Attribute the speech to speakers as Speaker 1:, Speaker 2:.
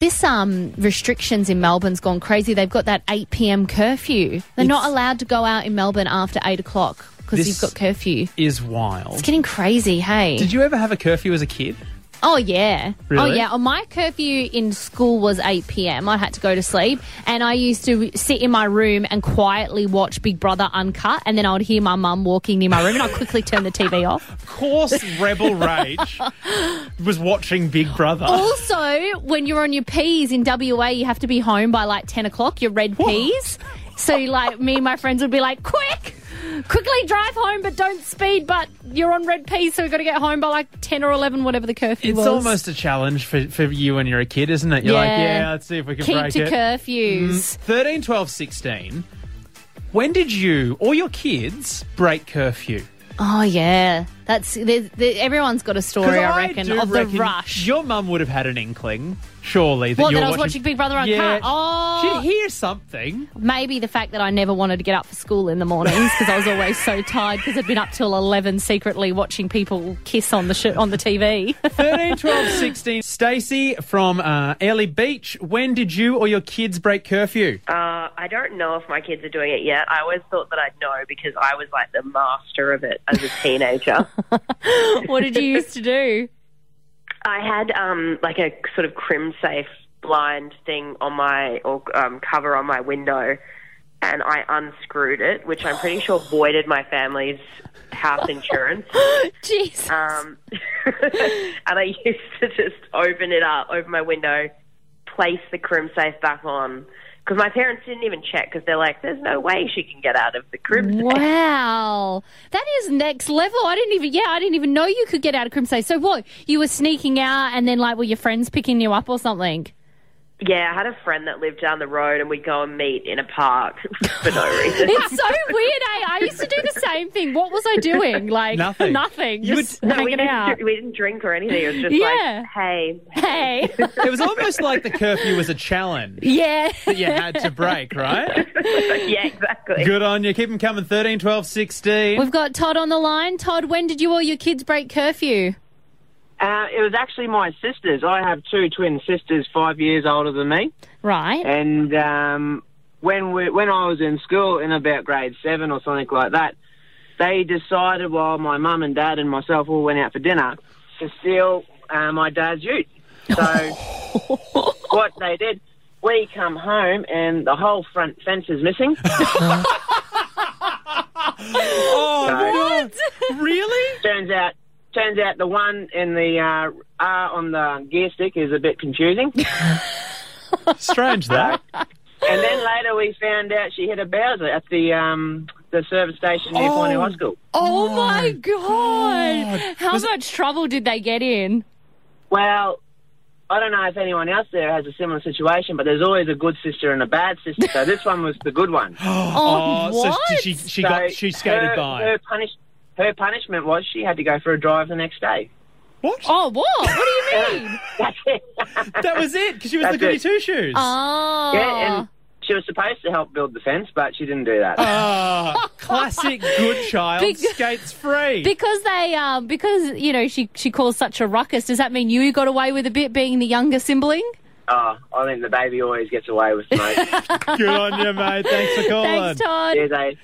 Speaker 1: this um, restrictions in Melbourne's gone crazy. They've got that 8 p.m. curfew. They're not
Speaker 2: It's-
Speaker 1: allowed to go out in Melbourne after 8 o'clock because
Speaker 2: This-
Speaker 1: you've got curfew.
Speaker 2: Is wild.
Speaker 1: It's getting crazy, hey?
Speaker 2: Did you ever have a curfew as a kid?
Speaker 1: oh, yeah. Oh,
Speaker 2: Really?
Speaker 1: yeah. Oh, my curfew in school was 8 p.m. I had to go to sleep. And I used to sit in my room and quietly watch Big Brother Uncut. And then I would hear my mum walking near my room and I'd quickly turn the TV off.
Speaker 2: Of course, Rebel Rage was watching Big Brother.
Speaker 1: Also, when you're on your P's in WA, you have to be home by like 10 o'clock, your red P's. So, like, me and my friends would be like, quick, quickly drive home, but don't speed, but you're on red P's, so we've got to get home by like 10 or 11, whatever the curfew
Speaker 2: it's
Speaker 1: was.
Speaker 2: almost a challenge for, for you when you're a kid, isn't it? You're like, Mm.
Speaker 1: Yeah.
Speaker 2: yeah, let's see if we can
Speaker 1: Keep
Speaker 2: break
Speaker 1: to
Speaker 2: it.
Speaker 1: curfews.
Speaker 2: 13, 12, 16. When did you or your kids break curfew?
Speaker 1: Oh, yeah. That's there there- everyone's got a
Speaker 2: 'Cause
Speaker 1: story, I reckon,
Speaker 2: do
Speaker 1: of
Speaker 2: reckon
Speaker 1: the rush.
Speaker 2: Your mum would have had an inkling, surely, that
Speaker 1: Well,
Speaker 2: you
Speaker 1: that
Speaker 2: were
Speaker 1: I was watching Big Brother Uncut.
Speaker 2: Yeah.
Speaker 1: Oh.
Speaker 2: She'd hear something.
Speaker 1: Maybe the fact that I never wanted to get up for school in the mornings because I was always so tired because I'd been up till 11 secretly watching people kiss on the sh- on the TV.
Speaker 2: 13, 12, 16. Stacey from uh, Early Beach, when did you or your kids break curfew?
Speaker 3: Uh, I don't know if my kids are doing it yet. I always thought that I'd know because I was like the master of it as a teenager.
Speaker 1: what did you used to do?
Speaker 3: I had um, like a sort of crim safe blind thing on my or um, cover on my window, and I unscrewed it, which I'm pretty sure voided my family's house insurance.
Speaker 1: Jeez.
Speaker 3: Um, and I used to just open it up, open my window, place the crim safe back on. Because my parents didn't even check because they're like, there's no way she can get out of the crim safe.
Speaker 1: Wow. That is next level. I didn't even, yeah, I didn't even know you could get out of Crimson. So what? You were sneaking out and then like were your friends picking you up or something?
Speaker 3: Yeah, I had a friend that lived down the road, and we'd go and meet in a park for no reason.
Speaker 1: It's so weird, eh? I used to do the same thing. What was I doing? Like,
Speaker 2: Nothing.
Speaker 1: Nothing.
Speaker 2: You
Speaker 1: Just
Speaker 3: No, we,
Speaker 1: hanging
Speaker 3: didn't,
Speaker 1: out.
Speaker 3: dr- we didn't drink or anything. It was just
Speaker 1: Yeah.
Speaker 3: like, hey,
Speaker 1: Hey.
Speaker 2: It was almost like the curfew was a challenge
Speaker 1: yeah.
Speaker 2: that you had to break, right?
Speaker 3: yeah, exactly.
Speaker 2: Good on you. Keep them coming. 13, 12, 16.
Speaker 1: We've got Todd on the line. Todd, when did you or your kids break curfew?
Speaker 4: Uh, it was actually my sisters. I have two twin sisters, five years older than me.
Speaker 1: Right.
Speaker 4: And um, when we, when I was in school, in about grade seven or something like that, they decided while my mum and dad and myself all went out for dinner to steal uh, my dad's ute. So what they did, we come home and the whole front fence is missing.
Speaker 2: Oh, what? Really?
Speaker 4: turns out. Turns out the one in the uh, R on the gear stick is a bit confusing.
Speaker 2: Strange that.
Speaker 4: And then later we found out she hit a Bowser at the um, the service station near
Speaker 2: Oh.
Speaker 4: Pawnee High School.
Speaker 1: Oh my God. How
Speaker 2: Was it-
Speaker 1: much trouble did they get in?
Speaker 4: Well, I don't know if anyone else there has a similar situation, but there's always a good sister and a bad sister. So this one was the good one. So
Speaker 1: Oh, what?
Speaker 2: so she, she, got, she skated
Speaker 4: her,
Speaker 2: by.
Speaker 4: Her, punish, her punishment was she had to go for a drive the next day.
Speaker 2: what?
Speaker 1: Oh, what? What do you mean?
Speaker 4: That's it.
Speaker 2: That was it because she was
Speaker 4: That's
Speaker 2: the goody
Speaker 4: it.
Speaker 2: two shoes.
Speaker 1: Oh.
Speaker 4: yeah, and she was supposed to help build the fence, but she didn't do that.
Speaker 2: Ah, classic good child
Speaker 1: Big-
Speaker 2: skates free.
Speaker 1: because they, um, because you know she she caused such a ruckus. Does that mean you got away with a bit being the younger sibling?
Speaker 4: Oh, I think the baby always gets away with most.
Speaker 2: Good on you, mate. Thanks for calling.
Speaker 1: Thanks, Todd.
Speaker 4: There's a